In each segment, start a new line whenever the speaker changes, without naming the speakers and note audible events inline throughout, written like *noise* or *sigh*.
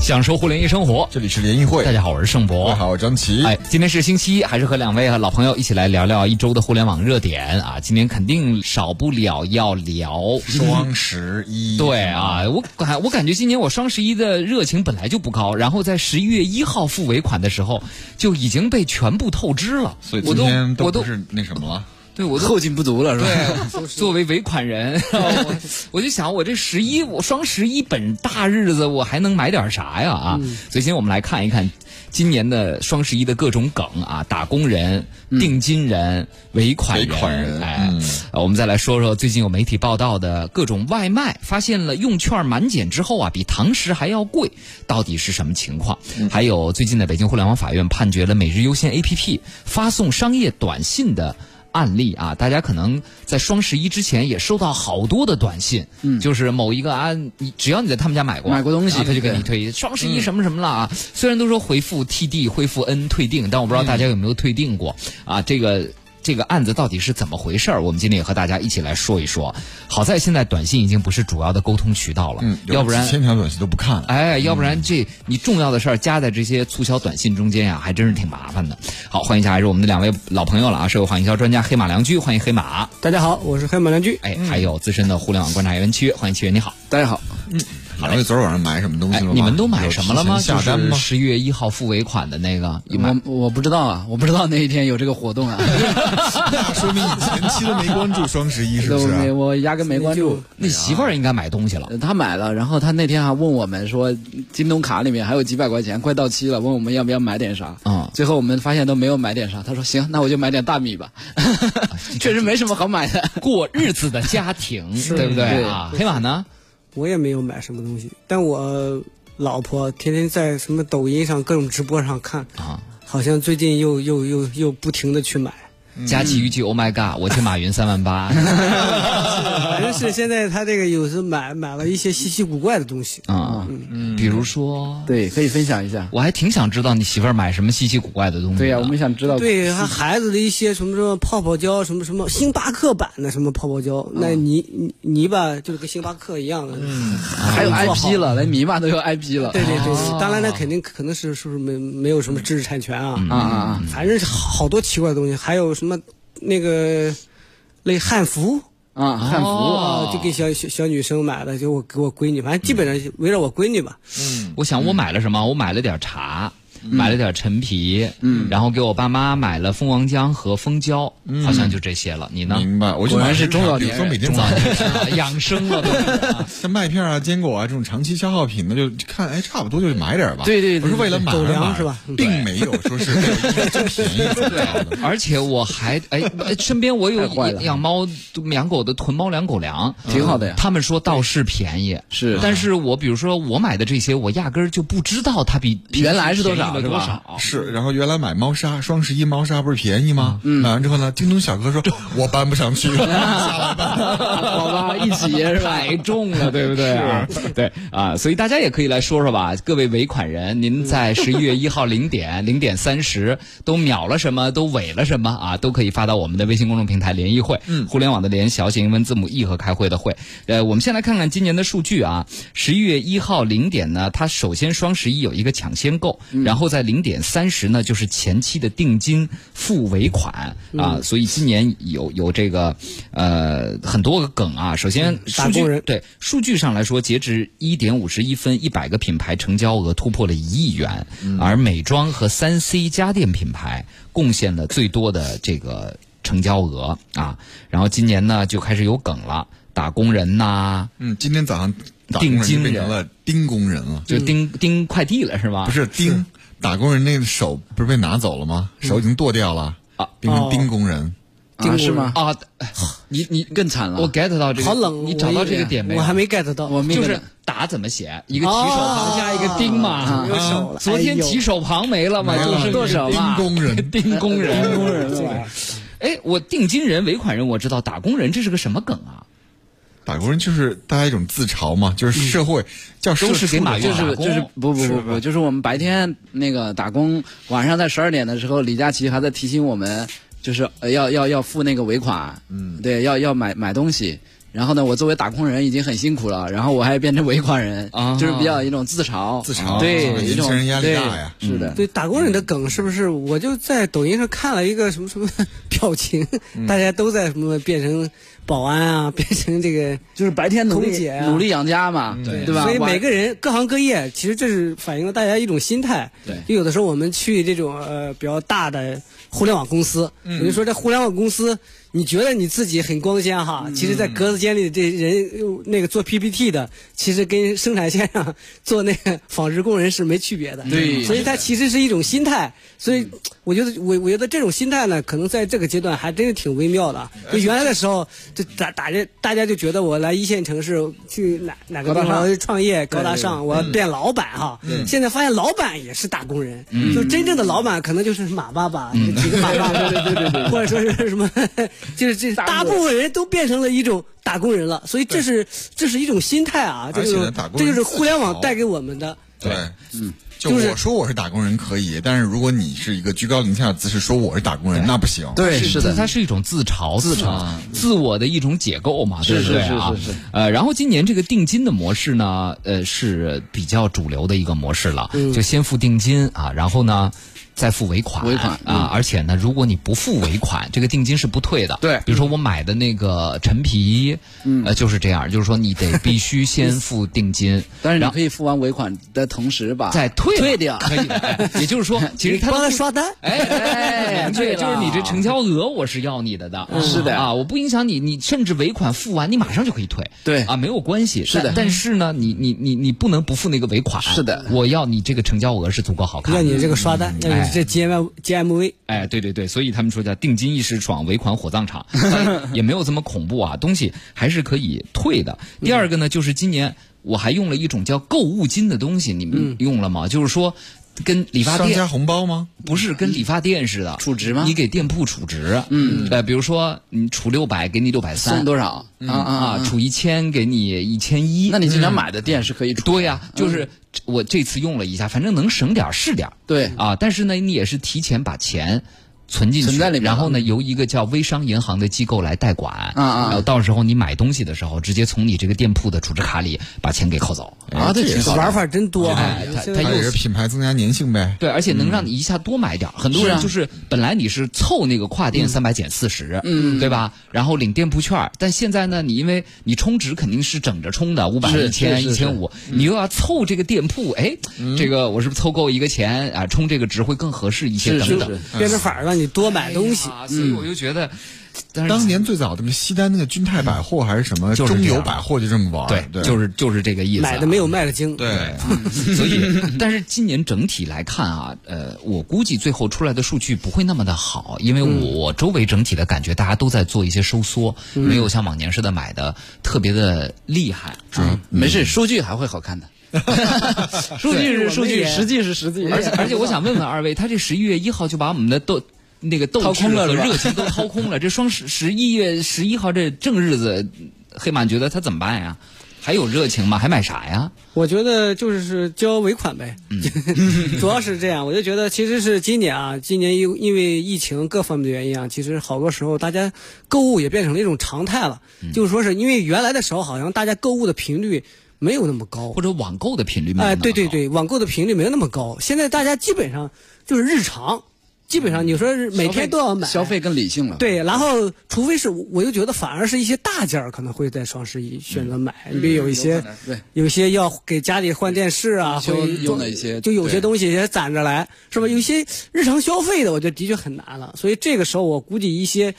享受互联易生活。
这里是联谊会，
大家好，我是盛
大
博
家。好，我张琪。
哎，今天是星期一，还是和两位老朋友一起来聊聊一周的互联网热点啊？今天肯定少不了要聊
双十一，
对，啊，我感我感觉今年我双十一的热情本来就不高，然后在十一月一号付尾款的时候就已经被全部透支了，
所以
我
今天
我
都
都
不是那什么了。
对我都。
后劲不足了是吧？
*laughs* 对，作为尾款人，我 *laughs* 我就想，我这十一，我双十一本大日子，我还能买点啥呀？啊，所以今天我们来看一看今年的双十一的各种梗啊，打工人、定金人、尾款人，
尾款人
哎、
嗯
呃我们再来说说最近有媒体报道的各种外卖，发现了用券满减之后啊，比堂食还要贵，到底是什么情况？
嗯
还有最近的北京互联网法院判决了每日优先 APP 发送商业短信的。案例啊，大家可能在双十一之前也收到好多的短信，嗯，就是某一个啊，你只要你在他们家买过
买过东西
啊他就给你
对嗯
推双十一什么什么了啊。虽然都说回复 TD 恢复 N 退订，但我不
嗯
知道大家有没有退订过、啊。这个这个案子到底是怎么回事儿？我们今天也和大家一起来说一说。好在现在短信已经不是主要的沟通渠道了，
嗯，
要不然
有几千条短信都不看了。
哎，要不然这你重要的事儿夹在这些促销短信中间呀、还真是挺麻烦的。好，欢迎一下还是我们的两位老朋友了啊，社会化营销专家黑马良驹，欢迎黑马。
大家好，我是黑马良驹。
哎，还有资深的互联网观察员七月，欢迎七月，你好。
大家好，
两位昨儿晚上买什么东西
哎
了吗？，
你们都买什么了吗？
有提前
就
下单
是
吗？
十一月一号付尾款的那个，有买
我我不知道啊，我不知道那一天有这个活 *laughs* 动啊，
那说明你前期都没关注双十一，是不
我
是啊
没？我压根没关注。呃
那媳妇儿应该买东西了。
他买了，然后他那天还问我们说，京东卡里面还有几百块钱，快到期了，问我们要不要买点啥。
嗯
最后我们发现都没有买点啥。他说行，那我就买点大米 *laughs* 吧，确实没什么好买的。
*laughs* 过日子的家庭， *laughs* 对不对
对
啊？黑马呢？
我也没有买什么东西，但我老婆天天在什么抖音上、各种直播上看，
啊，
好像最近又又又又不停
*laughs*
的去买，
佳琪预计 Oh my God，我替马云三万八。
反正是现在她这个有时买买了一些稀奇古怪的东西，
啊，
嗯
比如说，
对，可以分享一下。
我还挺想知道你媳妇儿买什么稀奇古怪的东西的。
对呀、我们想知道。
对，还孩子的一些什么什么泡泡胶，什么什么星巴克版的什么泡泡胶，
啊
那泥泥泥巴就是跟星巴克一样的，
嗯还有 IP 了，啊连米玛都有 IP 了。
对对对，当然那肯定可能是是不是没没有什么知识产权啊，
啊啊啊！
反正是好好多奇怪的东西，还有什么那个类汉服
啊，汉服、
哦
啊，就给小小小女生买的，就我给我闺女，反正基本上围绕我闺女吧。
我想我买了什么？
嗯
我买了点茶，买了点陈皮，嗯，然后给我爸妈买了蜂王浆和蜂胶，好像就这些了。你呢？
明白，我就
嗯果然
买
是
日常
中老
比如
年
说
人
每天
中
早
早
上啊
年是吧 *laughs* 养生
*laughs*
了都。
像麦片啊、坚果啊这种长期消耗品，那就看哎，差不多就买点儿吧。
对对对
不是为了买
狗
而
粮
买
是吧嗯
并没有说是真便宜怎么着的。
而且我还哎，身边我有
太坏了
养猫养狗的囤猫粮狗粮，
挺好的呀
他们说倒是便宜，
是
但是我比如说我买的这些，我压根儿就不知道它 *laughs* 比
原来是多少
便宜了多
是吧
少。 *laughs*
是，然后原来买猫砂，双十一猫砂不是便宜吗？买完之后呢，京东小哥说，我搬不上去，下来吧。
好吧，一起是吧？
太重了，对不对啊？对啊，所以大家也可以来说说吧，各位尾款人，您在十一月一号零点、零点三十都秒了什么，都尾了什么啊？都可以发到我们的微信公众平台“联谊会”，嗯，互联网的联，小写英文字母 E 和开会的会。呃，我们先来看看今年的数据啊，十一月一号零点呢，它首先双十一有一个抢先购，
嗯
然后在零点三十呢就是前期的定金付尾款
嗯
啊，所以今年有有这个呃很多个梗啊，首先数
嗯打
据
工人
对数据上来说，截至一点五十一分，一百个品牌成交额突破了一亿元，而美妆和三 C 家电品牌贡献了最多的这个成交额啊。然后今年呢，就开始有梗了，打工人呐、
嗯，今天早上打工
定
人就
金
变
人
成了钉工人了，
就盯盯快递了是吧？
不是钉打工人那个手不是被拿走了吗？手已经剁掉了
啊，
变成
哦
钉工人。
嗯
啊，是吗？
啊，你你
更惨了
我 get 到这个，
好冷，
你找到这个点没有？啊
我还没 get 到。
我没
就是打怎么写？一个提手旁加一个丁嘛。啊
没有手了。
昨天提
手
手旁没了嘛，就是
剁手
钉
嘛
工人，
丁工 *laughs* 人。
人了，
哎，我定金人、尾款人我知道，打工人这是个什么梗啊？
打工人就是大家一种自嘲嘛，就是社会叫社
都是给
畜
马
的
云
就
打
是
工
就是不不不不，就是我们白天那个打工，晚上在十二点的时候，李佳琦还在提醒我们，就是呃要要要付那个尾款，嗯，对，要要买买东西。然后呢，我作为打工人已经很辛苦了，然后我还变成尾款人，
啊
就是比较一种自嘲，
自嘲啊
对，
年
一种
轻人压力
对
大呀
是
嗯
的，
*laughs* 对打工人的梗是不是？我就在抖音上看了一个什么什么 *laughs* 表情，
嗯
大家都在什么变成保安啊，变成这个，
就是白天努
空
力
姐啊
努力养家嘛，
嗯对
吧？
所以
晚
每个人各行各业，其实这是反映了大家一种心态。
对
就有的时候我们去这种呃比较大的互联网公司，比如说这互联网公司，你觉得你自己很光鲜哈，其实，在格子间里这人呃那个做 PPT 的，其实跟生产线上做那个 *laughs* 纺织工人是没区别的。
对
所以它其实是一种心态。所以我觉得我我觉得这种心态呢，可能在这个阶段还真是挺微妙的。就原来的时候，就打打着大家就觉得我来一线城市去哪哪个
高大
地
上
方去创业高大
对
上，我要变老板哈。现在发现老板也是打工人，就真正的老板可能就是马爸爸，就几个马爸爸，对对对对，或者说是什么，就是这大部分人都变成了一种打工人了。所以这是这是一种心态啊，这
而且
就
呢
是
打工
这
人
就是
自
互联网
嘲
带给我们的。
对，嗯，就
就是
我说我是打工人可以，但是如果你是一个居高临下的姿势说我是打工人，那不行。
对是的
它是一种自嘲、自嘲、自我的一种解构嘛，对
是
不对啊？
是是是是
呃，然后今年这个定金的模式呢，呃，是比较主流的一个模式了，
嗯
就先付定金啊，然后呢。再付尾款，
尾款嗯
啊！而且呢，如果你不付尾款，这个定金是不退的。
对嗯
比如说我买的那个陈皮，呃，就是这样，就是说你得必须先付定
*laughs*
金，
但是
然
你
后
可以付完尾款的同时把
再退了
啊退掉，
可以的。哎 *laughs* 也就是说，其实
你
它
帮
的
他
定
刷单，
哎哎，对，
对了嗯
就是你这成交额我是要你的的，
是的
啊，我不影响你，你甚至尾款付完，你马上就可以退，
对
啊，没有关系，
是的
但但是呢，你你你你不能不付那个尾款，
是的
我要你这个成交额是足够好看哎
要
的。
你这个刷单，要你这 GM GMV。
哎，对对对，所以他们说叫定金一时爽，尾款火葬场，
*laughs*
但也没有这么恐怖啊，东西还是可以退的。第二个呢，就是今年我还用了一种叫购物金的东西，你
嗯
们用了吗？就是说跟理发
商
店
家红包吗？
不是跟理发店似的
储值吗
你给店铺储值，嗯，呃，比如说你储六百，给你六百
送
三，
多少啊啊
啊，
啊！
储一千给你一千一
那。你嗯经常买的店是可以出
对呀、就是我这次用了一下，反正能省点儿是点儿
对
啊。但是呢，你也是提前把钱。存进去，
存在里面了
然后呢，由一个叫微商银行的机构来代管，啊
啊
然后到时候你买东西的时候，直接从你这个店铺的储值卡里把钱给扣走，
啊，这挺好的
玩法真多哈、
哎他
现
他
在
它也是品牌增加粘性呗。
对，而且能让你一下多买点儿。很多
嗯是啊
人就是本来你是凑那个跨店三百减四十，嗯，对吧？然后领店铺券儿，但现在呢，你因为你充值肯定是整着充的，五百、
是
一千、
是
一
是嗯
千五，你又要凑这个店铺，哎，这个我是不是凑够一个钱啊？充这个值会更合适一些
是
等
是嗯
等。
是，
变着法儿让你多买东西。
啊，所以我就觉得，但是
当年最早那个西单那个君泰百货还是什
嗯
么
就是这
中
样
友百货就这么玩
啊
儿，
对，
对，
就是就是这个意思啊，
买的没有卖的精，
对，
*laughs* 所以，但是今年整体来看啊，呃，我估计最后出来的数据不会那么的好，因为
嗯
我周围整体的感觉大家都在做一些收缩，没有像往年似的买的特别的厉害。
啊
嗯
没事，数据还会好看的，数据是数据，
对
实际是实际，
而且而且，我想问问二位，他这十一月一号就把我们的斗那个斗
掏
志
空了
和
是吧
热情都掏空了，这双十十一月十一号这正日子，黑马觉得他怎么办呀？还有热情吗？还买啥呀？
我觉得就是是交尾款呗，
嗯
*laughs* 主要是这样。我就觉得其实是今年啊，今年因因为疫情各方面的原因啊，其实好多时候大家购物也变成了一种常态了。
嗯
就是说是因为原来的时候，好像大家购物的频率没有那么高
或，者网购的频率没有
哎，
那么
对对
高，
对，网购的频率没有那么高。现在大家基本上就是日常，基本上你说是每天都要买，
嗯消费更理性了，，
对，然后除非是，我就觉得反而是一些大件儿可能会在双十一选
嗯
择买，你比如有一些，
对，
有一些要给家里换电视啊，
装修
或者
用
装
的一些
就有
对
些东西也攒着来，是吧？有一些日常消费的，我觉得的确很难了。所以这个时候，我估计一些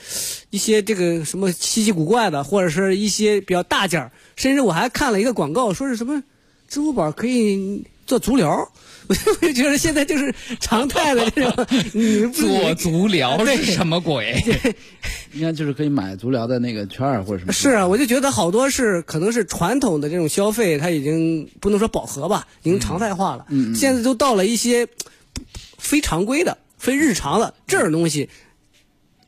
一些这个什么稀奇古怪的，或者是一些比较大件儿，甚至我还看了一个广告，说是什么支付宝可以。做足疗， *laughs* 我就我就觉得现在就是常态的这种，你不
做足疗是什么鬼？
应该就是可以买足疗的那个券儿或者什么，
是啊，我就觉得好多是可能是传统的这种消费，它已经不能说饱和吧，已经常态化了。
嗯
现在都到了一些呃非常规的、非日常的这种东西，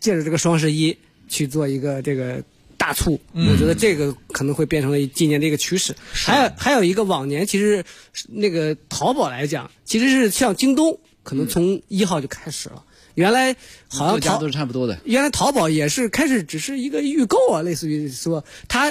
借着这个双十一去做一个这个大促，
嗯
我觉得这个可能会变成了今年的一个趋势。还有还有一个往年，其实是那个淘宝来讲，其实是像京东，可能从一号就开始了。原来好像
各
淘
家都是差不多的，
原来淘宝也是开始只是一个预购啊，类似于说它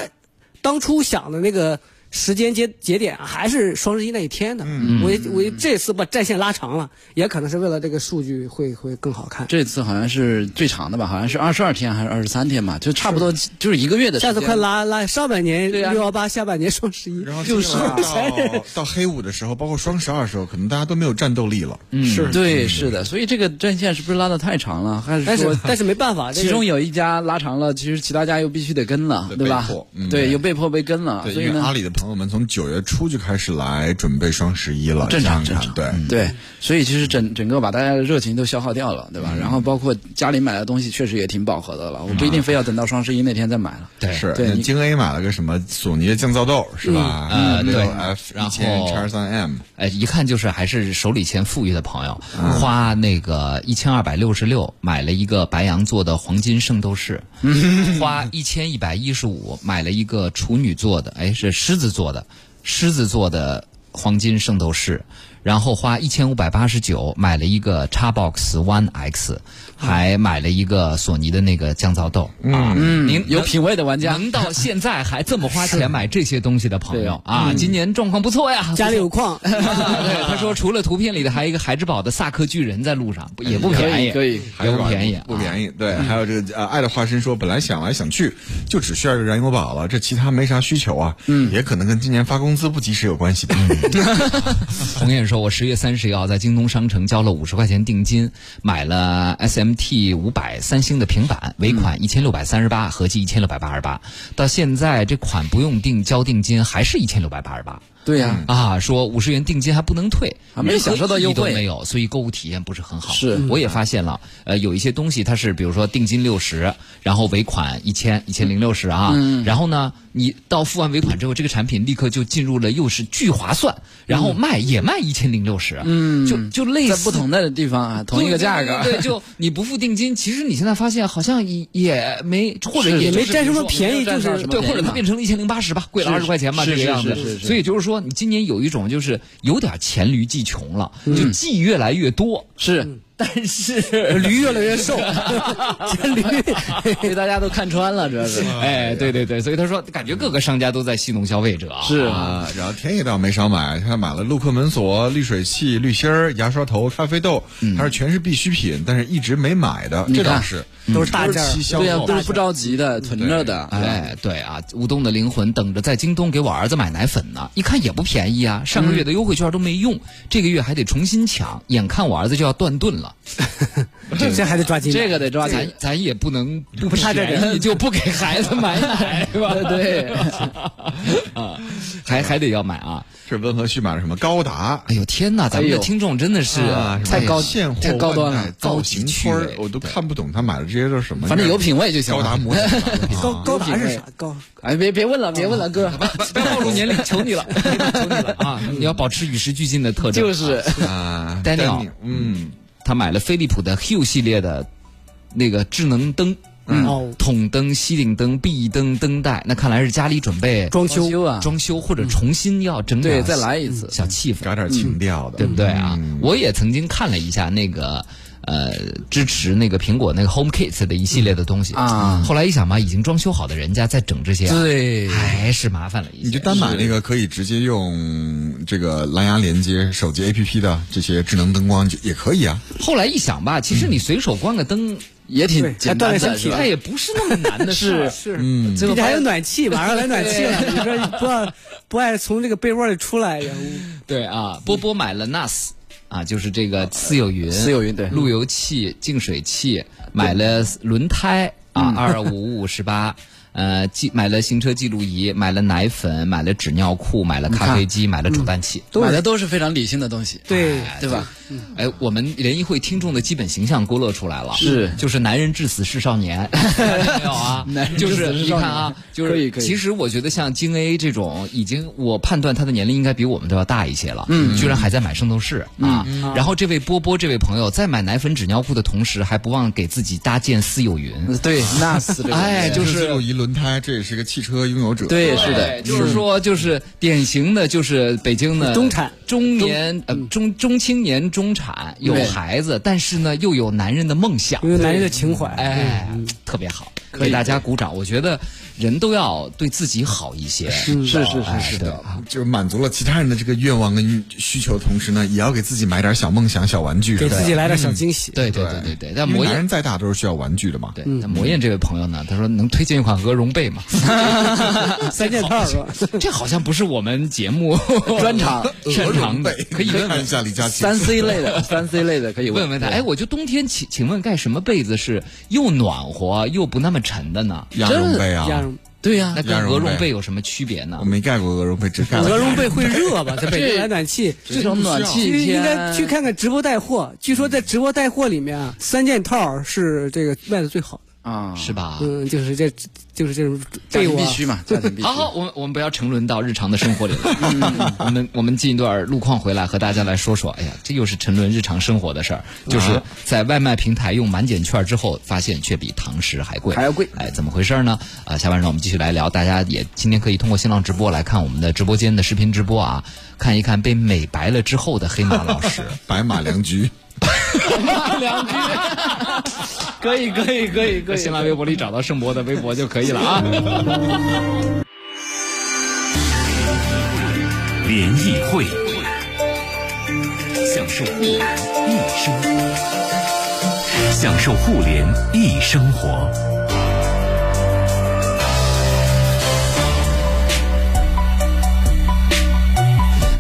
当初想的那个时间节节点啊还是双十一那一天呢。
嗯
我也我也这次把战线拉长了，也可能是为了这个数据会会更好看。
这次好像是最长的吧，好像是二十二天还是二十三天吧，就差不多就是一个月的时
下
间。
次快拉拉，上半年
对
六
啊
幺八，下半年双十一，
然后
*laughs*
就是
到到黑五的时候，包括双十二的时候，可能大家都没有战斗力了。嗯，
是对，是的，所以这个战线是不是拉的太长了？还是
但
说
是，但是没办法，这
其
个
中有一家拉长了，其实其他家又必须得跟了，
对
对吧
被迫？嗯
对，又被迫被跟了，
对，
所
因
以
为
呢
阿，里的朋友们从九月初就开始来准备双十一了，
正常
想想看
正常嗯
对，
对，所以其实整整个把大家的热情都消耗掉了，对吧？然后包括家里买的东西确实也挺饱和的了，我不一定非要等到双十一那天再买了。
对
是
对
那
你
京 A 买了个什么索尼的降噪豆是吧？
嗯呃对
F
然
一
后
千 X 三 M，
哎，一看就是还是手里钱富裕的朋友，花那个一千二百六十六买了一个白羊座的黄金圣斗士，花一千一百一十五买了一个处女座的，哎是狮子座的，狮子座的黄金圣斗士，然后花一千五百八十九买了一个 Xbox One X，还买了一个索尼的那个降噪豆啊，
嗯
您
有品位的玩家，
能到现在还这么花钱买这些东西的朋友
是
啊，今年状况不错呀，
家里有矿，
啊对，他
啊
说除了图片里的，还有一个孩之宝的萨克巨人在路上，不也不便宜，
可以
还
也
是
不便宜，啊
不
宜。
便宜。对，还有这个呃，爱的化身说，本来想来想去，就只需要一个燃油宝了，这其他没啥需求啊。嗯，也可能跟今年发工资不及时有关系吧。
红艳说，我十月三十一号在京东商城交了五十块钱定金，买了 SMT 五百三星的平板，尾款一千六百三十八，合计一千六百八十八。到现在这款不用定交定金，还是一千六百八十八。
对呀，
啊，说五十元定金还不能退，
嗯啊没有享受到优惠
任何意义都没有，所以购物体验不是很好。
是
我也发现了，呃，有一些东西它是，比如说定金六十，然后尾款一千一千零六十啊，
嗯
然后呢，你到付完尾款之后，这个产品立刻就进入了又是巨划算，然后卖也卖一千零六十，嗯，就就类
嗯在
似
不同的地方啊，同一个价格，
对，对对就你不付定金，其实你现在发现好像也也没，或者
是
也
也
就
没
是
占什
比如说
么便宜，
没有占
就
上
是
什么
对，
便宜
或者它
嘛
变成了一千零八十吧，贵了
是
二十块钱吧，
是
这个
是
样子
是是。是
所以就是说，你今年有一种就是有点黔驴技穷了，就
嗯
技越来越多，
是
但是。
驴越来
*laughs*
越瘦，这驴
*laughs* 被大家都看穿了，主要是。
哎，对对对，所以他说，感觉各个商家都在戏弄消费者啊。
是
啊，然后田野倒没少买，他买了路克门锁、滤水器、滤芯儿、牙刷头、咖啡豆，还是全是必需品，但是一直没买的，
你
这
看
倒是
都是大件儿
期销
对呀，
售
都是不着急的，囤着的。哎，
哎，对啊，舞动的灵魂等着在京东给我儿子买奶粉呢，一看也不便宜啊，上个月的优惠券都没用，这个月还得重新抢，眼看我儿子就要断顿了，
这这还得抓紧点。
这个得抓
咱
紧。
咱也不能 *laughs* 不
不差这点
便宜就不给孩子买 *laughs* 奶吧，
对，
啊，还还得要买啊，
是温和旭买了什么高达。
哎呦哎天哪，咱们的听众真的是
啊，什么
太高
现货
太高端了
万代造型村
高级
儿
趣，味
我都看不懂他买的这些都是什么。
反正有品位就行了
高达模型吧
高高达
有品
是
位
啥？高
*laughs* 哎，别别问了，别问了，哥，
不 *laughs* 要暴露年龄，求你了， *laughs* 求你了 *laughs* 啊！你要保持与时俱进的特征。
就是
*laughs* 啊
Daniel
嗯，
他买了飞利浦的 Hue 系列的那个智能灯，
嗯
嗯
哦
筒灯、吸顶灯、壁灯、灯带，那看来是家里准备
装修
装修啊，
装修或者重新要整点嗯
对，再来一次。
小气氛。
搞点情调的，
对不对啊？
嗯
我也曾经看了一下那个。呃，支持那个苹果那个 HomeKit 的一系列的东西
啊
后来一想嘛，已经装修好的人家再整这些啊、
对
还是麻烦了一些。
你就单买那个可以直接用这个蓝牙连接手机 APP 的这些智能灯光就也可以啊。
后来一想吧，其实你随手关个灯，哎
也挺简单
对还锻炼身
的，
体
是吧
它？也不是那么难的事儿。
*laughs*
是，
嗯，
最近还有暖气，马上来暖气了。你说你不要不爱从这个被窝里出来呀？
哎
对啊，波波买了 NAS 啊，就是这个私有云、
私有云对
路由器、净水器，买了轮胎
嗯
啊，二五五十
*laughs*
八。呃，记买了行车记录仪，买了奶粉，买了纸尿裤，买了咖啡机，买了煮蛋器。
买的都是非常理性的东西。
对
哎
对吧？
哎，我们联谊会听众的基本形象勾勒出来了，
是
就是男人至死是少
*laughs*
年，没有啊？
男人
就
至
是
死是
你
少
看
年
啊，就是
可以可以
其实我觉得像京 A 这种，已经我判断他的年龄应该比我们都要大一些了，嗯，居然还在买圣斗士啊。
嗯
然后这位波波这位朋友在买奶粉纸尿裤的同时，还不忘给自己搭建私有云。
对，NAS 这个东西
哎就是
有一轮胎，这也是个汽车拥有者。
对是的
对
嗯
就是说，就是典型的，就是北京的
中产、
中年、呃中中青年、中产，有
对
孩子，但是呢又有男人的梦想，
有男人的情怀。
哎哎，特别好。给大家鼓掌。我觉得人都要对自己好一些，哎
是是是是是
的。
就是满足了其他人的这个愿望跟需求的同时呢，也要给自己买点小梦想、小玩具，
给
是吧嗯
自己来点小惊喜。
嗯
对对对对对，但
因
魔
为男
眼
人再大都是需要玩具的嘛。
对，那魔燕这位朋友呢，他说能推荐一款鹅绒被吗？
三件套是吧？
*laughs* 这好像不是我们节目
专场
*laughs* 擅长的
对，，
可以问
看
问
一下李佳琦。
三 C 类的，三 C 类的可以
问问他。哎，我就冬天请请问盖什么被子是又暖和又不那么沉的呢？
鸭绒被啊，
鸭绒
对呀、
那跟
鸭绒
鹅绒
被
被有什么区别呢
我？没盖过鹅绒被，只盖了
鹅绒被会热吧？在北京来暖气，
这种暖气
去
天
应该去看看直播带货。据说在直播带货里面啊，三件套是这个卖的最好的。
啊，
*laughs* 是吧？
嗯，就是这，就是这种
家
被
庭
窝
必
啊。
须嘛，家嗯庭必须。嗯
好好，我们我们不要沉沦到日常的生活里了。 *laughs* 我们我们进一段路况回来，和大家来说说。哎呀，这又是沉沦日常生活的
啊
事儿，就是在外卖平台用满减券之后，发现却比堂食还贵，
还要贵
哎，怎么回事呢？啊、下半场我们继续来聊。大家也今天可以通过新浪直播来看我们的直播间的视频直播啊，看一看被美白了之后的黑马老
*laughs*
师。
白马良驹。
两句，可以可以可以可以，新浪微博里找到盛博的微博就可以了啊。
联谊会，享受互联易生活，享受互联易生活。
*laughs*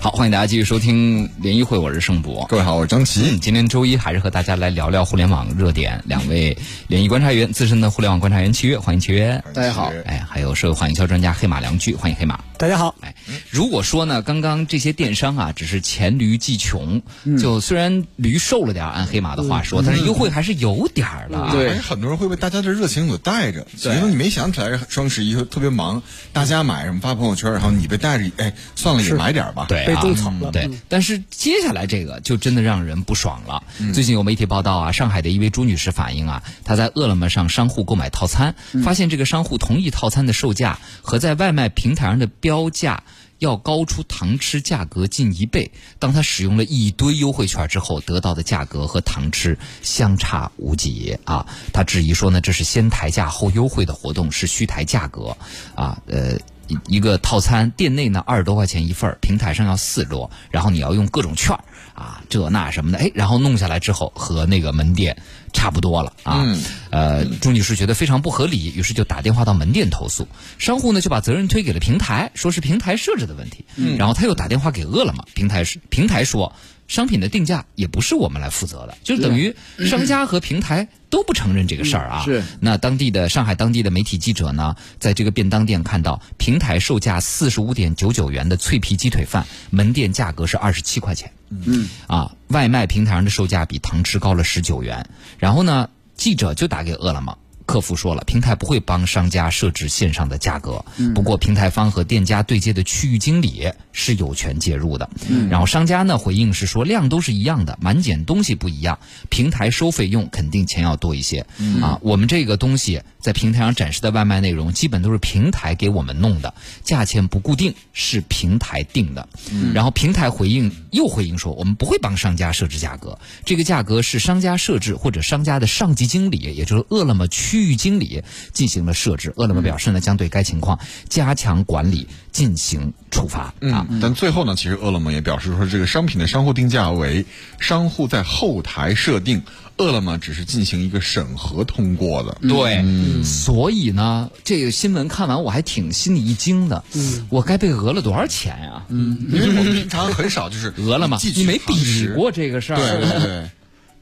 好，欢迎大家继续收听联谊会，我是盛博。
各位好，我是张琪。
嗯今天周一还是和大家来聊聊互联网热点，两位联谊观察员，资深的互联网观察员七月，欢迎七月。
大家好
哎，还有社会化营销专家黑马良驹，欢迎黑马。
大家好，
哎，如果说呢，刚刚这些电商啊，只是黔驴技穷，就虽然驴瘦了点儿，按黑马的话说，但是优惠还是有点儿啊了。
对
还是很多人会被大家的热情所带着，所以说你没想起来双十一特别忙，大家买什么发朋友圈，然后你被带着，哎，算了，也买点吧。
对、啊，
被种草了嗯
对，但是接下来这个就真的让人不爽了。
嗯
最近有媒体报道啊，上海的一位朱女士反映啊，她在饿了么上商户购买套餐，
嗯
发现这个商户同一套餐的售价和在外卖平台上的标价。要高出堂吃价格近一倍。当她使用了一堆优惠券之后，得到的价格和堂吃相差无几啊！她质疑说呢，这是先抬价后优惠的活动，是虚抬价格啊。呃，一一个套餐，店内呢二十多块钱一份儿，平台上要四十多，然后你要用各种券儿啊，这那什么的，哎，然后弄下来之后和那个门店差不多了啊。呃，朱女士觉得非常不合理，于是就打电话到门店投诉，商户呢就把责任推给了平台，说是平台设置的问题。然后他又打电话给饿了么，平台是平台说。商品的定价也不是我们来负责的，就等于商家和平台都不承认这个事儿啊。
嗯是
那当地的上海当地的媒体记者呢，在这个便当店看到平台售价四十五点九九元的脆皮鸡腿饭，门店价格是二十七块钱。嗯，啊，外卖平台上的售价比堂吃高了十九元。然后呢，记者就打给饿了么。客服说了，平台不会帮商家设置线上的价格，不过平台方和店家对接的区域经理是有权介入的。然后商家呢回应是说量都是一样的，满减东西不一样，平台收费用肯定钱要多一些、啊。我们这个东西在平台上展示的外卖内容，基本都是平台给我们弄的，价钱不固定，是平台定的。
嗯
然后平台回应又回应说，我们不会帮商家设置价格，这个价格是商家设置或者商家的上级经理，也就是饿了么区域经理进行了设置。饿
嗯
了么表示呢，将对该情况加强管理，进行处罚、啊。
嗯，但最后呢，其实饿了么也表示说，这个商品的商户定价为商户在后台设定，饿了么只是进行一个审核通过的。
对，
嗯
所以呢，这个新闻看完我还挺心里一惊的。
嗯
我该被讹了多少钱呀、
因为我们平常很少就是
*laughs* 讹嗯了嘛
寄，去
你没
堂食
比过这个事儿，啊
对对对，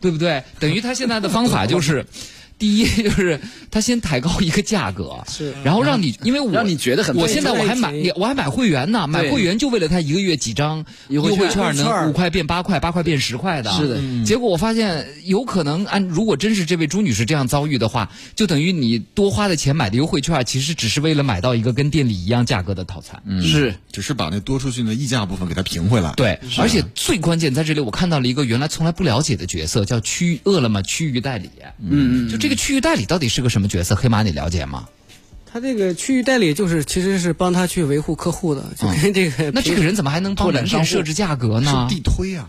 对不对？等于他现在的方法
*laughs*
就是，第一就是他先抬高一个价格，
是
然后让你，因为我
嗯让你觉得很
我
便宜
现在我还买
便宜，
我还买会员呢，买会员就为了他一个月几张
优
优
惠
惠券
券
优惠券
能五块变八块，八块变十块的，嗯
是的
结果我发现有可能按如果真是这位朱女士这样遭遇的话，就等于你多花的钱买的优惠券，其实只是为了买到一个跟店里一样价格的套餐，嗯。
是
只是把那多出去的溢价部分给它平回来。啊
对，而且最关键在这里，我看到了一个原来从来不了解的角色，叫区域饿了么区域代理。嗯嗯，就这个区域代理到底是个什么角色？黑马你了解吗？
他这个区域代理就是其实是帮他去
嗯
维护客户的，就跟这个
那这个人怎么还能帮
拓展
门
商
店
户
设置价格呢
是？地推啊，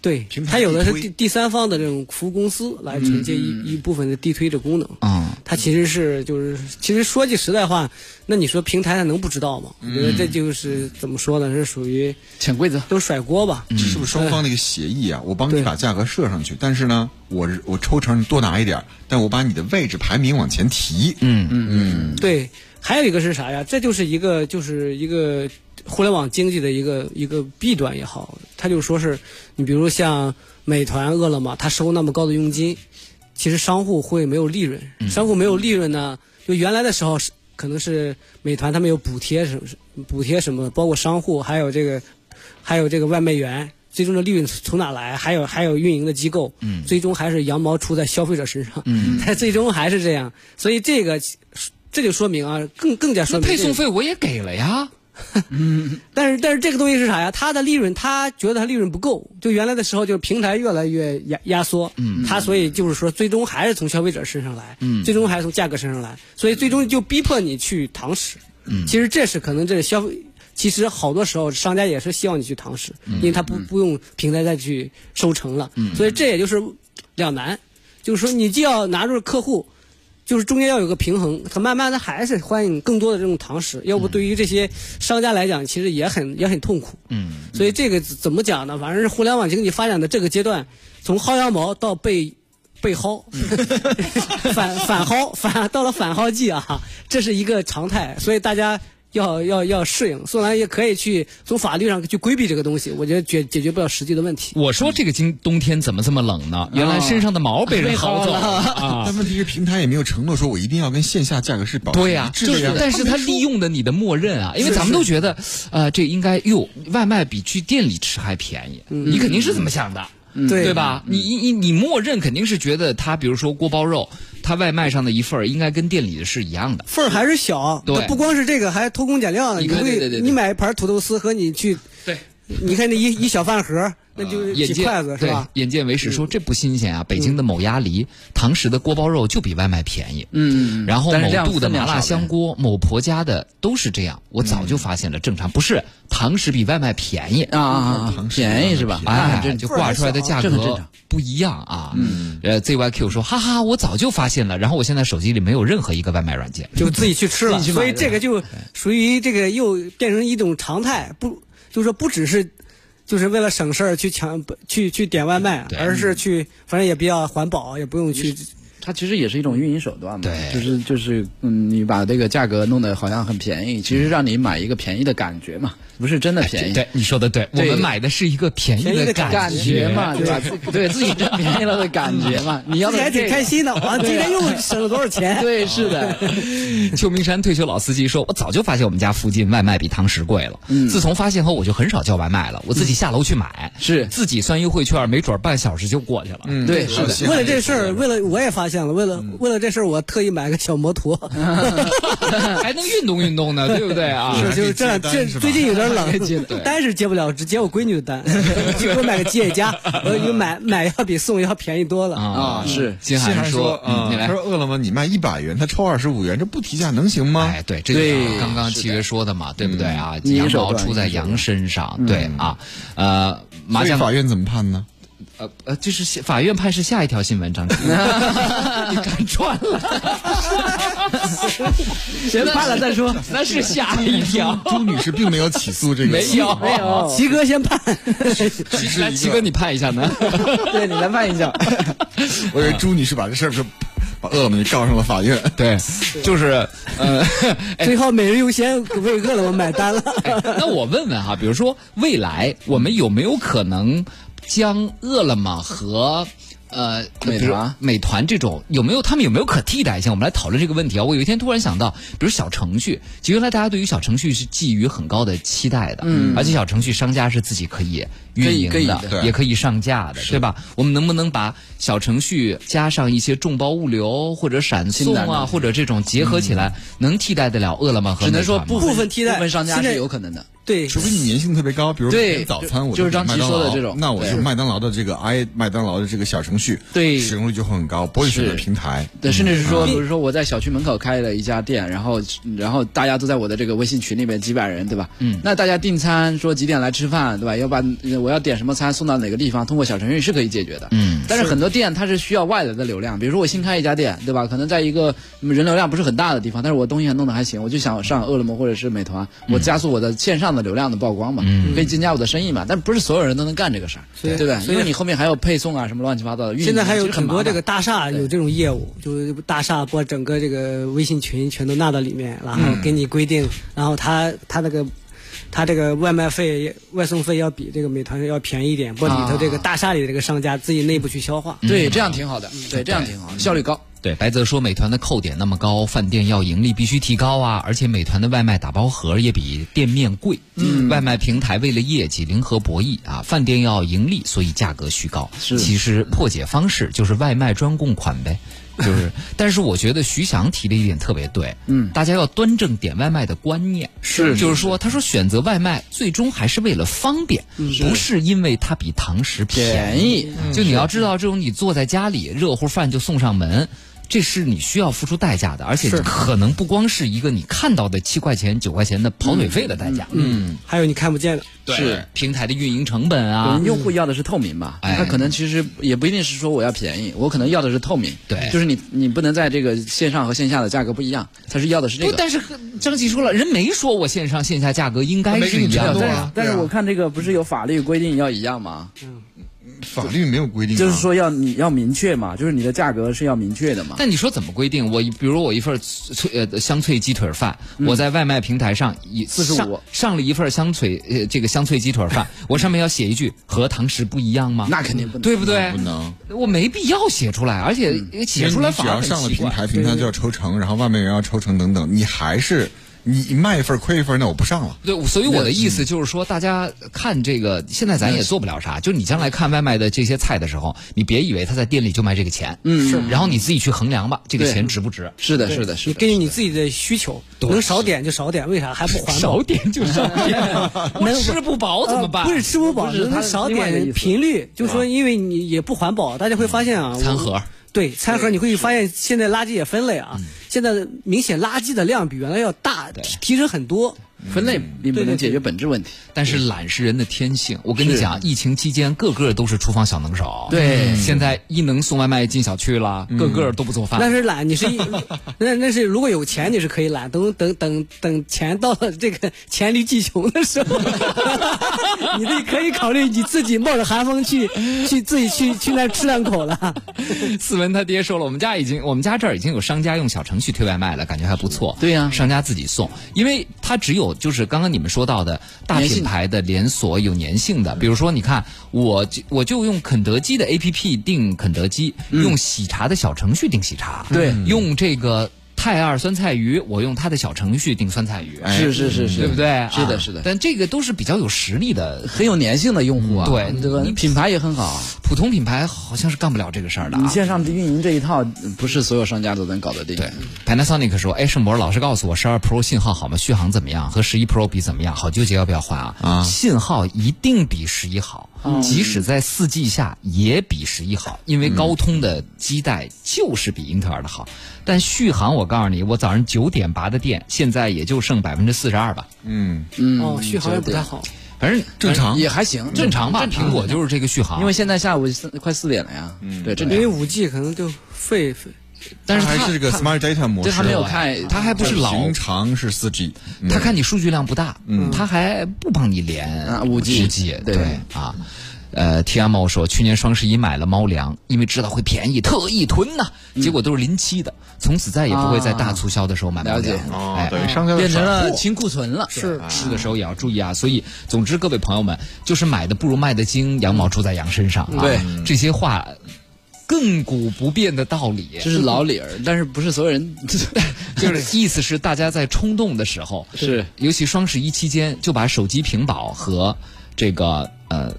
对
平，台
它有的
地
是
推嗯
第第三方的这种服务公司来承接一、一部分的地推的功能。
嗯，
它其实是就是，其实说句实在话，那你说平台它能不知道吗？我觉得
嗯
这就是怎么说呢，是属于
潜规则。
都甩锅吧。
这是不是双方的一个协议啊？我帮你
对
把价格设上去，但是呢，我我抽成多拿一点儿，但我把你的位置排名往前提。嗯嗯，
对，还有一个是啥呀？这就是一个就是一个互联网经济的一个一个弊端也好，它就说是你比如像美团、饿了么，它收那么高的佣金，其实商户会没有利润，商户没有利润呢，就原来的时候是可能是美团他们有补贴什么补贴什么的，包括商户还有这个还有这个外卖员。最终的利润从哪来？还有还有运营的机构，嗯，最终还是羊毛出在消费者身上，嗯，但 *laughs* 最终还是这样，所以这个这就说明啊，更更加说
那
明
配
这
送
个
费我也给了呀。
但是但是这个东西是啥呀？它的利润，他觉得他利润不够，就原来的时候就是平台越来越压压缩，嗯，他所以就是说最终还是从消费者身上来，嗯，最终还是从价格身上来，所以最终就逼迫你去堂食，嗯，其实这是可能这是消费。其实好多时候，商家也是希望你去堂食，因为他不不用平台再去收成了，所以这也就是两难，就是说你既要拿住客户，就是中间要有个平衡，它慢慢的还是欢迎更多的这种堂食，要不对于这些商家来讲，其实也很也很痛苦。嗯，所以这个怎么讲呢？反正是互联网经济发展的这个阶段，从薅羊毛到被被薅，
嗯
*laughs* 反反薅反到了反薅季啊，这是一个常态，所以大家。要要要适应，虽然也可以去从法律上去规避这个东西，我觉得解解决不了实际的问题。
我说这个今冬天怎么这么冷呢？原来身上的毛被人薅走了啊。
但问题是平台也没有承诺说我一定要跟线下价格是保持
对呀、
一致
就
的
是
呀，，
但是他利用的你的默认啊，因为咱们都觉得，呃，这应该哟，外卖比去店里吃还便宜，你肯定是这么想的，
对
对吧？你你你你默认肯定是觉得他，比如说锅包肉，他外卖上的一份儿应该跟店里的是一样的，
份儿还是小，
对
它不光是这个，还偷工减料呢。
你
你
看
会
对对对对
你买一盘土豆丝和你去，
对，
你看那一一小饭盒，那
啊
就是
眼
几
见
筷子是
对
吧？
眼见为实说这不新鲜啊！北京的某鸭梨、堂食的锅包肉就比外卖便宜，
嗯，
然后
但是
某
这样
度的
分
麻
量
辣
少呗
香锅、某婆家的都是这样。我早就发现了，正常不是堂食比外卖便宜。
啊啊啊，便宜是吧？
哎
啊，，这
就挂出来的价
这很正
格
常。
不一样啊。呃，ZYQ 说，哈哈，我早就发现了，然后我现在手机里没有任何一个外卖软件。 *laughs*
就自己去吃了，
自己去买
所
的
以
哎
这个就属于这个又变成一种常态，不就是说不只是就是为了省事儿去抢去去点外卖，
对
而
嗯
是去反正也比较环保，也不用去
它其实也是一种运营手段嘛，
对
就是就是，嗯，你把这个价格弄得好像很便宜，其实让你买一个便宜的感觉嘛，不是真的便宜，
哎对，你说的对，我
对
们买的是一个便宜
便宜的
感
感觉
*laughs*
嘛，
对
对吧？自对自己占便宜了的感觉嘛，你要
自
的
己还
是这
挺
个
开，心
*laughs*
的。哇，今天又省了多少钱？
对，是的，
秋名山退休老司机说：“我早就发现我们家附近外卖比堂食贵了。自从发现后，我就很少叫外卖了，我自己下楼去买，
是
自己算优惠券，没准儿半小时就过去了。嗯，
对，是的。
为了这事儿，为了我也发现了，为
嗯
了为了这事儿，我特意买个小摩托。
*laughs*
*laughs*
还能运动运动呢，对不对啊？
是，
还可
就
以
是这两
接单
这
是吧
最近有点冷
接对，
单是接不了，只接我闺女的单，就给我买个吉野家，我就买买要比送要便宜多了。
啊
啊是
金
信
涵
还
说
说：“啊
嗯，你，
他
来。
说饿了么你卖一百元，他抽二十五元，这不提价能行吗
哎，对，这就是
对
刚刚契约说的嘛，对不对啊？
嗯
羊毛
你手段
出在羊身上，对啊，呃，？”麻
所以
将
法院怎么判呢？
呃呃，就是下法院判是下一条新闻，张志，你敢穿了？
*laughs* 先判了再说，
那是下一条。
朱女士并没有起诉这个，
*laughs* 没有
没有，
齐哥先判，
只是
来，*laughs*
一
七哥
个。
你判一下呢？
对你来判一下，
我以为朱女士把这事儿说，把饿了么就告上了法院。
啊对， *laughs* 就是呃，
最后每人优先为饿了么买单了。 *laughs*
哎那我问问哈，比如说未来我们有没有可能将饿了么和呃
美团
比如美团这种有没有他们有没有可替代性？我们来讨论这个问题啊。我有一天突然想到，比如小程序，其实原来大家对于小程序是寄予很高的期待的，嗯，而且小程序商家是自己可以运营
可以可以
的，
的
也可以上架的，对吧？我们能不能把小程序加上一些众包物流或者闪送
清单
啊，
的嗯
或者这种结合起来，能替代得了饿了么和
只
美团吗？
*laughs* 能说部
部分替代
部分商家
现在
是有可能的。
对，
除非你粘性特别高，比如
对
每天早餐我
就就是
点
张琪
麦当
说的
劳
这种
那我就
对
麦当劳的这个 i 麦当劳的这个小程序，
对
使用率就会很高，不会选择
是
平台。
对，甚至是说，比如说我在小区门口开了一家店，然后然后大家都在我的这个微信群里面几百人，对吧？嗯，那大家订餐说几点来吃饭，对吧？要把呃我要点什么餐送到哪个地方，通过小程序是可以解决的。嗯，但是很多店它是需要外来的流量，比如说我新开一家店，对吧？可能在一个嗯人流量不是很大的地方，但是我东西还弄得还行，我就想上饿了么或者是美团，我加速我的线上的流量的曝光嘛，可以增加我的生意嘛。但不是所有人都能干这个事儿，
所以
对不对？
所以
因为你后面还有配送啊什么乱七八糟的。运营
现在还有
其实很
很多
麻
这
烦
个大厦有这种业务，就是大厦把整个这个微信群全都纳到里面，然后给你规定，然后他他那个。他这个外卖费、外送费要比这个美团要便宜一点，不里头这个大厦里的这个商家自己内部去消化。
对，这样挺好的，对，这样挺好，效率高。
嗯对，白泽说，美团的扣点那么高，饭店要盈利必须提高啊！而且美团的外卖打包盒也比店面贵，嗯，外卖平台为了业绩零和博弈啊，饭店要盈利，所以价格虚高。
是
其实破解方式就是外卖专供款呗，
*laughs*
就是。但是我觉得徐翔提的一点特别对，嗯，大家要端正点外卖的观念，
是
就是说，他说选择外卖最终还是为了方便，不是因为它比堂食
嗯便宜，
就你要知道，这种你坐在家里热乎饭就送上门，这是你需要付出代价的，而且可能不光是一个你看到的七块钱、九块钱的跑腿费的代价，嗯，
还有你看不见的，
是平台的运营成本啊
对。用户要的是透明吧？
哎
他可能其实也不一定是说我要便宜，我可能要的是透明。
对
就是你你不能在这个线上和线下的价格不一样，他是要的是这
不，
个。
但是张继说了，人没说我线上线下价格应该
没
是
给你
一样
承诺
的
啊
呀。
但是
对啊
我看这个不是有法律规定要一样吗？
嗯
法律没有规定、啊，
就是说要你要明确嘛，就是你的价格是要明确的嘛。
但你说怎么规定？我一比如我一份脆呃香脆鸡腿饭，我在外卖平台上以
45
上上了一份香脆呃这个香脆鸡腿饭，我上面要写一句和堂食不一样吗？
那肯定不能
对不对？
不能，
我没必要写出来，而且写出来
你只
反而
要
很
上了
奇
平
怪。
台，平台就要抽成，然后外卖员要抽成等等，你还是你卖一份亏一份，那我不上了。
对，所以我的意思就是说，大家看这个，现在咱也做不了啥。就你将来看外卖的这些菜的时候，你别以为他在店里就卖这个钱，嗯，是。然后你自己去衡量吧，这个
对
钱值不值？
是的，是的，是
你
的。
根据你自己的需求，
对
能少点就少点，为啥还不环保
少？点就少点，我吃不饱怎么办？
呃不是吃不饱，
不是
能
它是
少
另外一个
点
意思
频率，就说因为你也不环保，大家会发现啊，我
餐盒。嗯
对餐盒，你会发现现在垃圾也分类啊，现在明显垃圾的量比原来要大，提提升很多。
分类
嗯
并不
对对
能
对
解决本质问题。
但是懒是人的天性。我跟你讲，疫情期间个个都是厨房小能手。
对
现在一能送外卖进小区了，个个都不做饭。
那是懒，你是一那那是如果有钱你是可以懒，等等等等钱到了这个黔驴技穷的时候， *laughs* 你自己可以考虑你自己冒着寒风去去自己去去那儿吃两口了。
*laughs* 思文他爹说了，我们家已经，我们家这儿已经有商家用小程序推外卖了，感觉还不错。
嗯对呀
商家自己送，因为它只有就是刚刚你们说到的大
粘性
品牌的连锁有粘性
嗯
的，比如说你看我就我就用肯德基的 APP 订肯德基，用喜茶的小程序订喜茶，
嗯对
用这个泰二酸菜鱼，我用它的小程序订酸菜鱼，
哎
是是是是，
对不对？
是的，
啊
是的。
但这个都是比较有实力的，
很有粘性的用户啊，
对
对吧
你？
品牌也很好，啊
普通品牌好像是干不了这个事儿的、啊。
你线上运营这一套，不是所有商家都能搞得定。
对，Panasonic 说，哎，盛博老师告诉我，十二 Pro 信号好吗？续航怎么样？和十一 Pro 比怎么样？好纠结要不要换啊？嗯
啊
信号一定比十一好，即使在四 G 下也比十一好，因为高通的基带就是比英特尔的好。但续航，我告诉你，我早上九点拔的电，现在也就剩百分之四十二吧，
嗯，
哦，续航也不太好。
反正
正常
也还行，
正常吧。苹果就是这个续航，
因为现在下午四快四点了呀，对，正
因为
常。
五 G 可能就费费，
但是
它
它
还是个 smart data 模式，
对它没有开
它还不是老
平常是四 G，
嗯
他看你数据量不大，他还不帮你连
啊五 G
对
对
啊。呃，T M O 说，去年双十一买了猫粮，因为知道会便宜，特意囤呐、
嗯
结果都是临期的，从此再也不会在大促销的时候买猫粮
啊了解
了。
哦
哎，，
等于商家的
变
反
成了
货
清库存了，
是吃的时候也要注意啊。所以，总之各位朋友们，就是买的不如卖的精，羊毛出在羊身上啊。
对，
这些话亘古不变的道理，
这是老理儿，但是不是所有人
就是意思是大家在冲动的时候，
是
尤其双十一期间，就把手机屏保和这个呃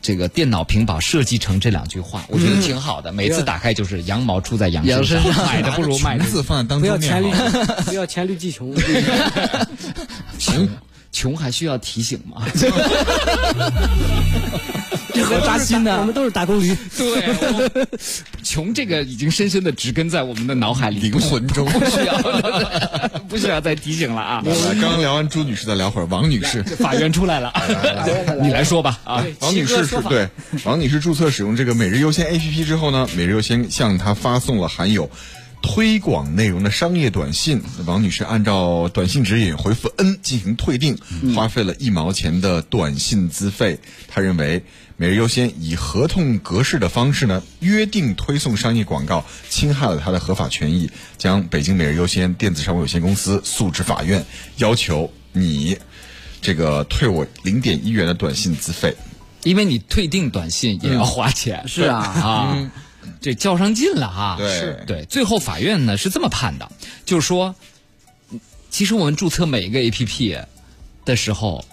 这个电脑屏保设计成这两句话，我觉得挺好的。每次打开就是羊毛出在羊身上，
嗯 *laughs* 羊身上
*laughs* 买的不如卖
裙
的。
子放在当
*laughs* 不要
桌面
*laughs*
黔驴
好了，
不要黔驴技穷。
穷
穷还需要提醒
*laughs*
吗？
这很扎心的，我们都是打工驴。
对，我 *laughs* 穷这个已经深深的植根在我们的脑海里，
*laughs*
灵魂中。
*laughs* 不需要，不需要再提醒了啊！
我们 *laughs* 刚聊完朱女士，再聊会儿王女士。
法院出来
*laughs*
了，你来说吧啊！
王女士是对王女士注册使用这个每日优先 APP 之后呢，每日优先向她发送了含有推广内容的商业短信。王女士按照短信指引回复 N 进行退订，花费了一毛钱的短信资费。她认为每日优先以合同格式的方式呢约定推送商业广告，侵害了她的合法权益，将北京每日优先电子商务有限公司诉至法院，要求你。这个退我零点一元的短信资费，
因为你退订短信也要花钱，
*laughs* 是啊，
啊，这较上劲了哈。
对
是对，最后法院呢是这么判的，就是说，其实我们注册每一个 APP 的时候，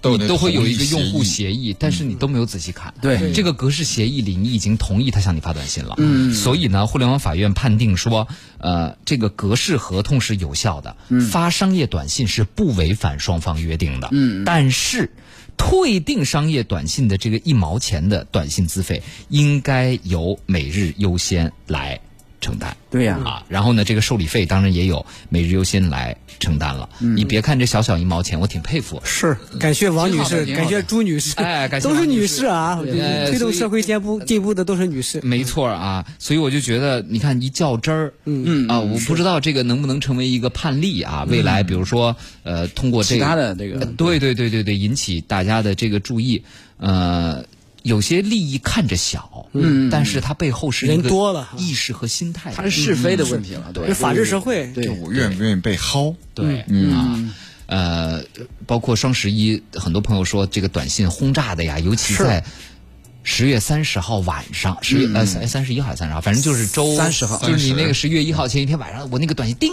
都有
你
那
都会有一个
同意
用户协
协议嗯
议，但是你都没有仔细看。
对
这个格式协议里，你已经同意他向你发短信了。嗯，所以呢，互联网法院判定说，呃，这个格式合同是有效的，发商业短信是不违反双方约定的。嗯，但是。退订商业短信的这个一毛钱的短信资费，应该由每日优先来承担。
*laughs* 对呀
啊，然后呢，这个受理费当然也有每日优先来承担了。你别看这小小一毛钱，我挺佩服。
是，感谢王女士，
挺好的挺好的
感谢朱女士，
哎感谢
都是
王女
女
士
士啊，我觉
哎
得推
所
动
以嗯
社会进步进步的都是女士。
没错儿啊，所以我就觉得，你看一较真儿，嗯啊，我不知道这个能不能成为一个判例啊，未来比如说呃，通过这个
嗯其他的这个
呃对对对对对，引起大家的这个注意，呃。有些利益看着小，嗯，但是它背后是一个
人多了
意识和心态的，
它是是非的问题了，对，
这法治社会，
对
就我愿不愿意被薅？
对，嗯啊。呃，包括双十一，很多朋友说这个短信轰炸的呀，尤其在十月三十号晚上，十月呃三三十一号还是三十号，反正就是周
30号
就是你
30
那个十月一号前一天晚上，我那个短信叮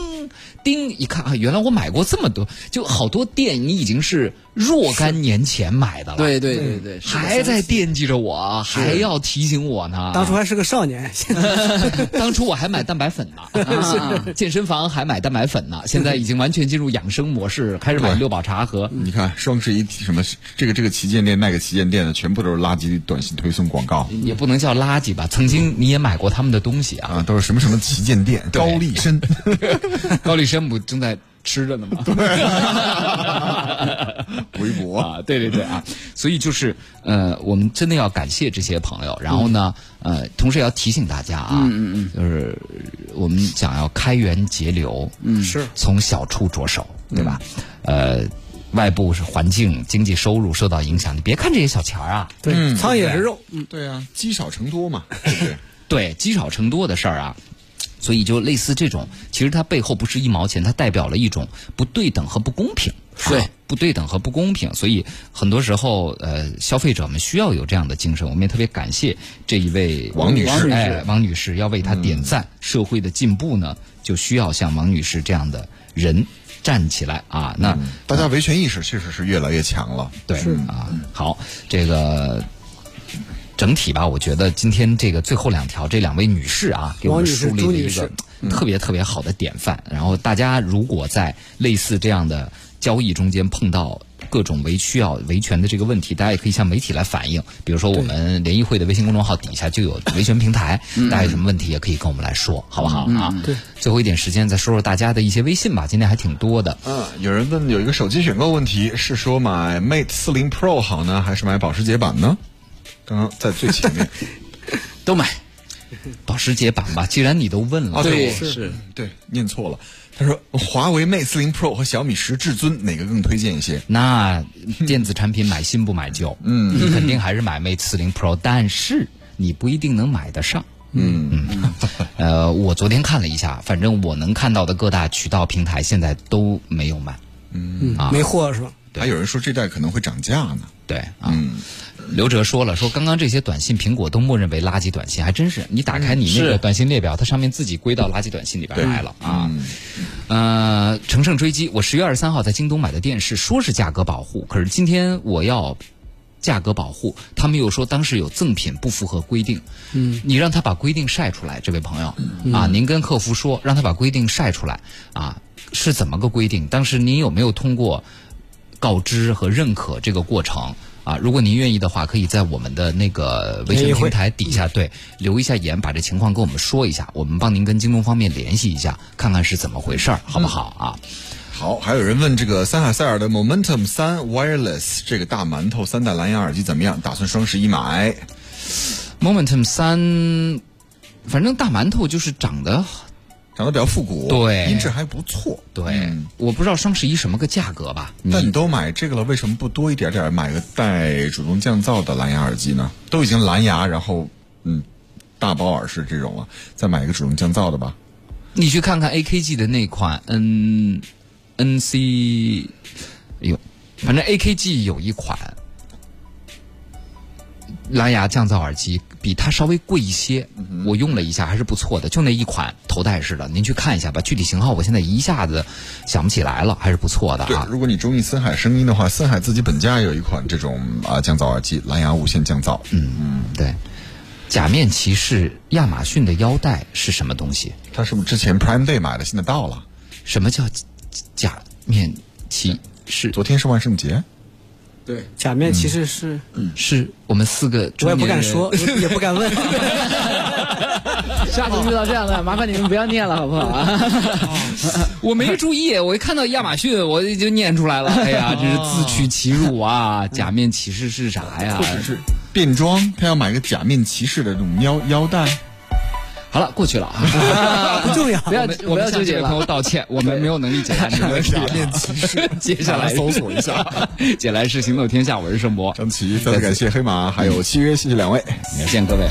叮一看啊，原来我买过这么多，就好多店你已经是若干年前买的了，
对，对对对，是的
还在惦记着我，还要提醒我呢。
当初还是个少年，现在
*laughs* 当初我还买蛋白粉呢，啊健身房还买蛋白粉呢，现在已经完全进入养生模式，开始买
对
六宝茶和
你看双十一什么这个这个旗舰店那个旗舰店的，全部都是垃圾短信推送广告
也不能叫垃圾吧。曾经你也买过他们的东西啊，
啊，都是什么什么旗舰店，
对
高丽 *laughs* 参。
高丽参不正在吃着呢 *laughs* 吗？
微博
啊，对对对啊，所以就是呃，我们真的要感谢这些朋友，然后呢，呃，同时也要提醒大家啊，嗯嗯嗯，就是我们讲要开源节流，嗯，
是
从小处着手，对吧？呃。外部是环境、经济收入受到影响，你别看这些小钱儿啊，
对，嗯苍蝇是肉，
对啊，积少成多嘛，对不对？
对，积少成多的事儿啊。所以就类似这种，其实它背后不是一毛钱，它代表了一种不对等和不公平。
对
啊不对等和不公平，所以很多时候，呃，消费者们需要有这样的精神。我们也特别感谢这一位
王女士王女士
哎，王女士要为她点赞。社会的进步呢，就需要像王女士这样的人站起来啊。那、
大家维权意识确实是越来越强了。
对啊，好，这个整体吧，我觉得今天这个最后两条，这两位女士啊，给我们
王女士
树立了
朱
一
女
个
士嗯
特别特别好的典范。然后大家如果在类似这样的交易中间碰到。各种维需要维权的这个问题，大家也可以向媒体来反映。比如说，我们联谊会的微信公众号底下就有维权平台，
嗯
大家有什么问题也可以跟我们来说，好不好啊？对，最后一点时间再说说大家的一些微信吧，今天还挺多的。
嗯，有人问有一个手机选购问题，是说买 Mate 四零 Pro 好呢，还是买保时捷版呢？刚刚在最前 *laughs* 面
都买， *laughs*
保时捷版吧，既然你都问
哦
了，
啊，对，
对
我
是
对，念错了。他说华为 Mate 四零 Pro 和小米十至尊哪个更推荐一些？
那电子产品买新不买旧，嗯，你肯定还是买 Mate 四零 Pro，但是你不一定能买得上。 *laughs* 嗯嗯，呃，我昨天看了一下，反正我能看到的各大渠道平台现在都没有卖。
嗯
啊
没货是吧？
还有人说这代可能会涨价呢。
对啊，刘哲说了，说刚刚这些短信，苹果都默认为垃圾短信，还真是。你打开你那个短信列表，它上面自己归到垃圾短信里边来了啊。呃，乘胜追击，我十月二十三号在京东买的电视，说是价格保护，可是今天我要。价格保护，他们又说当时有赠品不符合规定，嗯，你让他把规定晒出来，这位朋友、啊，您跟客服说，让他把规定晒出来啊，是怎么个规定？当时您有没有通过告知和认可这个过程。啊，如果您愿意的话，可以在我们的那个微信平台底下对留一下言，把这情况跟我们说一下，我们帮您跟京东方面联系一下，看看是怎么回事儿，好不好啊？
好，还有人问这个三海塞尔的 Momentum 三 Wireless 这个大馒头三代蓝牙耳机怎么样？打算双十一买。
Momentum 三，反正大馒头就是长得
长得比较复古，
对
音质还不错，
对，
嗯
我不知道双十一什么个价格吧？
但你都买这个了，为什么不多一点点买个带主动降噪的蓝牙耳机呢？都已经蓝牙，然后嗯，大包耳式这种了，再买一个主动降噪的吧。
你去看看 AKG 的那款 N N C，哎呦，反正 AKG 有一款蓝牙降噪耳机，比它稍微贵一些。
嗯
我用了一下，还是不错的，就那一款头戴式的，您去看一下吧。具体型号我现在一下子想不起来了，还是不错的
对
啊，。
如果你中意森海声音的话，森海自己本家也有一款这种啊、降噪耳机，蓝牙无线降噪。
嗯，对。假面骑士亚马逊的腰带是什么东西？
它是不是之前 Prime Day 买的，现在到了？
什么叫假假面骑
嗯
士？
昨天是万圣节，
对，
假面骑士是，
是我们四个
我也
嗯中
不
年人
敢说，也不
*laughs*
敢问。
下次遇到这样的，麻烦你们不要念了，好不好 *laughs* 啊？
我没注意，我一看到亚马逊，我就念出来了。哎呀，这是自取其辱啊！假面骑士是啥呀？
是变装，他要买个假面骑士的这种腰腰带。
好了，过去了啊。
不重要。
不要
我
不
们
要
向
纠
这
结
位朋
了
友。道歉，我们没有能力解答你的问题。假面骑士，接下来
搜索一下。
*laughs* 接下来是行走天下，我是盛博，
张琪，再次感谢黑马，还有契约，谢谢两位。
再见各位。